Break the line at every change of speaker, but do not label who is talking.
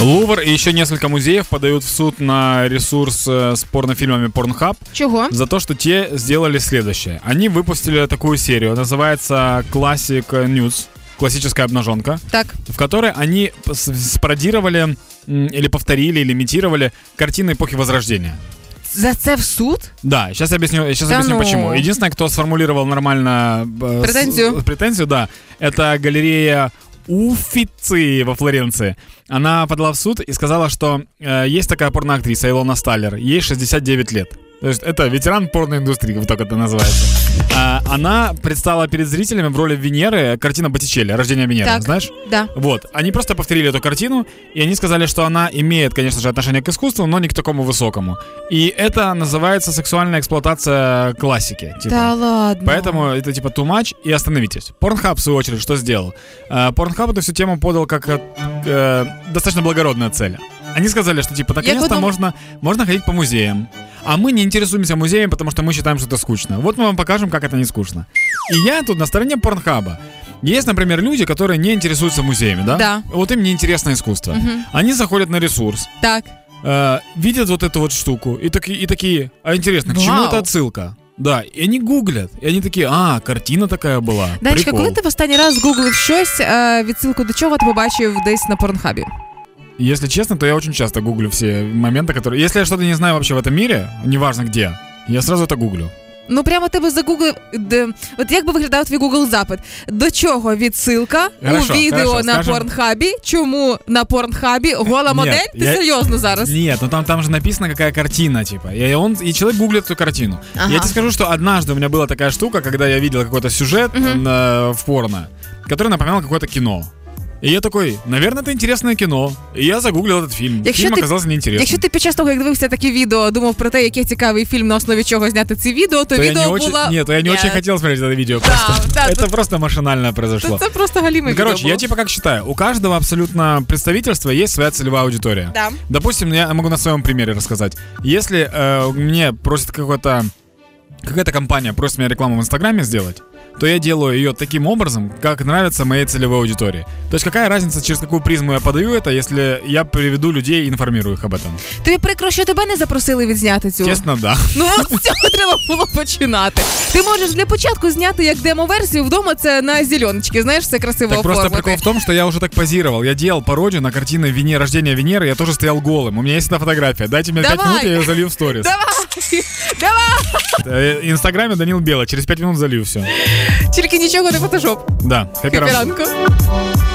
Лувр и еще несколько музеев подают в суд на ресурс э, с порнофильмами Pornhub
Чого?
за то, что те сделали следующее. Они выпустили такую серию, называется Classic News, классическая обнаженка,
Так.
в которой они пос- спародировали м, или повторили, или имитировали картины эпохи Возрождения.
За це в суд?
Да, сейчас объясню, сейчас
Да
объясню
ну.
почему. Единственное, кто сформулировал нормально э, с-
Претензию.
претензию, да, это галерея Уфицы во Флоренции. Она подала в суд и сказала, что э, есть такая порноактриса Илона Сталлер, ей 69 лет. То есть это ветеран порноиндустрии, вот так это называется. А, она предстала перед зрителями в роли Венеры, картина Боттичелли, «Рождение Венеры»,
Так.
знаешь?
Да.
Вот, они просто повторили эту картину, и они сказали, что она имеет, конечно же, отношение к искусству, но не к такому высокому. И это называется сексуальная эксплуатация классики. Типа.
Та ладно.
Поэтому это типа too much и остановитесь. Порнхаб, в свою очередь, что сделал? Э, Порнхаб эту всю тему подал как э, э, достаточно благородная цель. Они сказали, что типа наконец-то
подумала-
можно, можно ходить по музеям. А мы не интересуемся музеем, потому что мы считаем, что это скучно. Вот мы вам покажем, как это не скучно. И я тут на стороне порнхаба. Есть, например, люди, которые не интересуются музеями, да?
Да.
Вот им неинтересно искусство.
Мгм.
Они заходят на ресурс,
Так.
э, видят вот эту вот штуку и, таки- и такие, а интересно, к чему
Вау.
это отсылка? Да, и они гуглят, и они такие, а, картина такая была.
Данечка,
прикол».
коли ти в останній раз гуглив щось, е, відсилку до чого ти побачив десь на порнхабі?
Если честно, то я очень часто гуглю все моменты, которые... Если я что-то не знаю вообще в этом мире, неважно где, я сразу это гуглю.
Ну прямо тебе загуглив. Де... От як би виглядав твій Google запит? До чого відсилка
Хорошо,
у відео
хорошо,
на
скажем-
порнхабі? Чому на порнхабі гола
Ні,
модель? Ти
я-
серйозно зараз?
Нет, ну там, там же написано, какая картина, типа. И, он, и человек гуглит эту картину.
Ага.
Я тебе скажу, что однажды у меня была такая штука, когда я видел какой-то сюжет
Мгм.
на- в порно, который напоминал какое-то кино. И я такой, наверное, это интересное кино. И я загуглил этот фильм.
Якщо
фильм
ти-
оказался неинтересным.
Якщо ти під час того, як дивився такі відео, думав про те, який цікавий фільм на основі чого зняти ці відео, то,
то я
відео Е,
не
було...
очень... Нет, то я не
Ні.
очень хотел смотреть это видео.
Да,
просто.
да,
это просто машинально
Та
произошло.
Це просто
Ну,
галіме відео
короче,
було.
я типа как считаю, у каждого абсолютно представительства есть своя целевая аудитория.
Да.
Допустим, я могу на своем примере рассказать. Если э, мне просит какой-то какая-то компания просит меня рекламу в Инстаграме сделать, то я делаю ее таким образом, как нравится моей целевой аудитории. То есть какая разница, через какую призму я подаю это, если я приведу людей и информирую их об этом?
Тобі прикро, що тебе не запросили відзняти цю.
Честно, да.
Ну от з цього треба було починати. Ти можеш для початку зняти як демо-версію вдома. Це на зеленочки. Знаєш, це красиво
Так просто
оформити.
прикол в том, что я уже так позировал. Я делал пародию на картины Вене... «Рождение Венеры», я тоже стоял голым. У меня есть эта фотография. Дайте мне 5
Давай.
минут, я ее залью в сторис.
Давай, давай.
Э, Инстаграме Данил Бела. Через 5 минут залью все.
Тільки нічого не фотошоп.
Да, хэппи раунд.
Капіранко.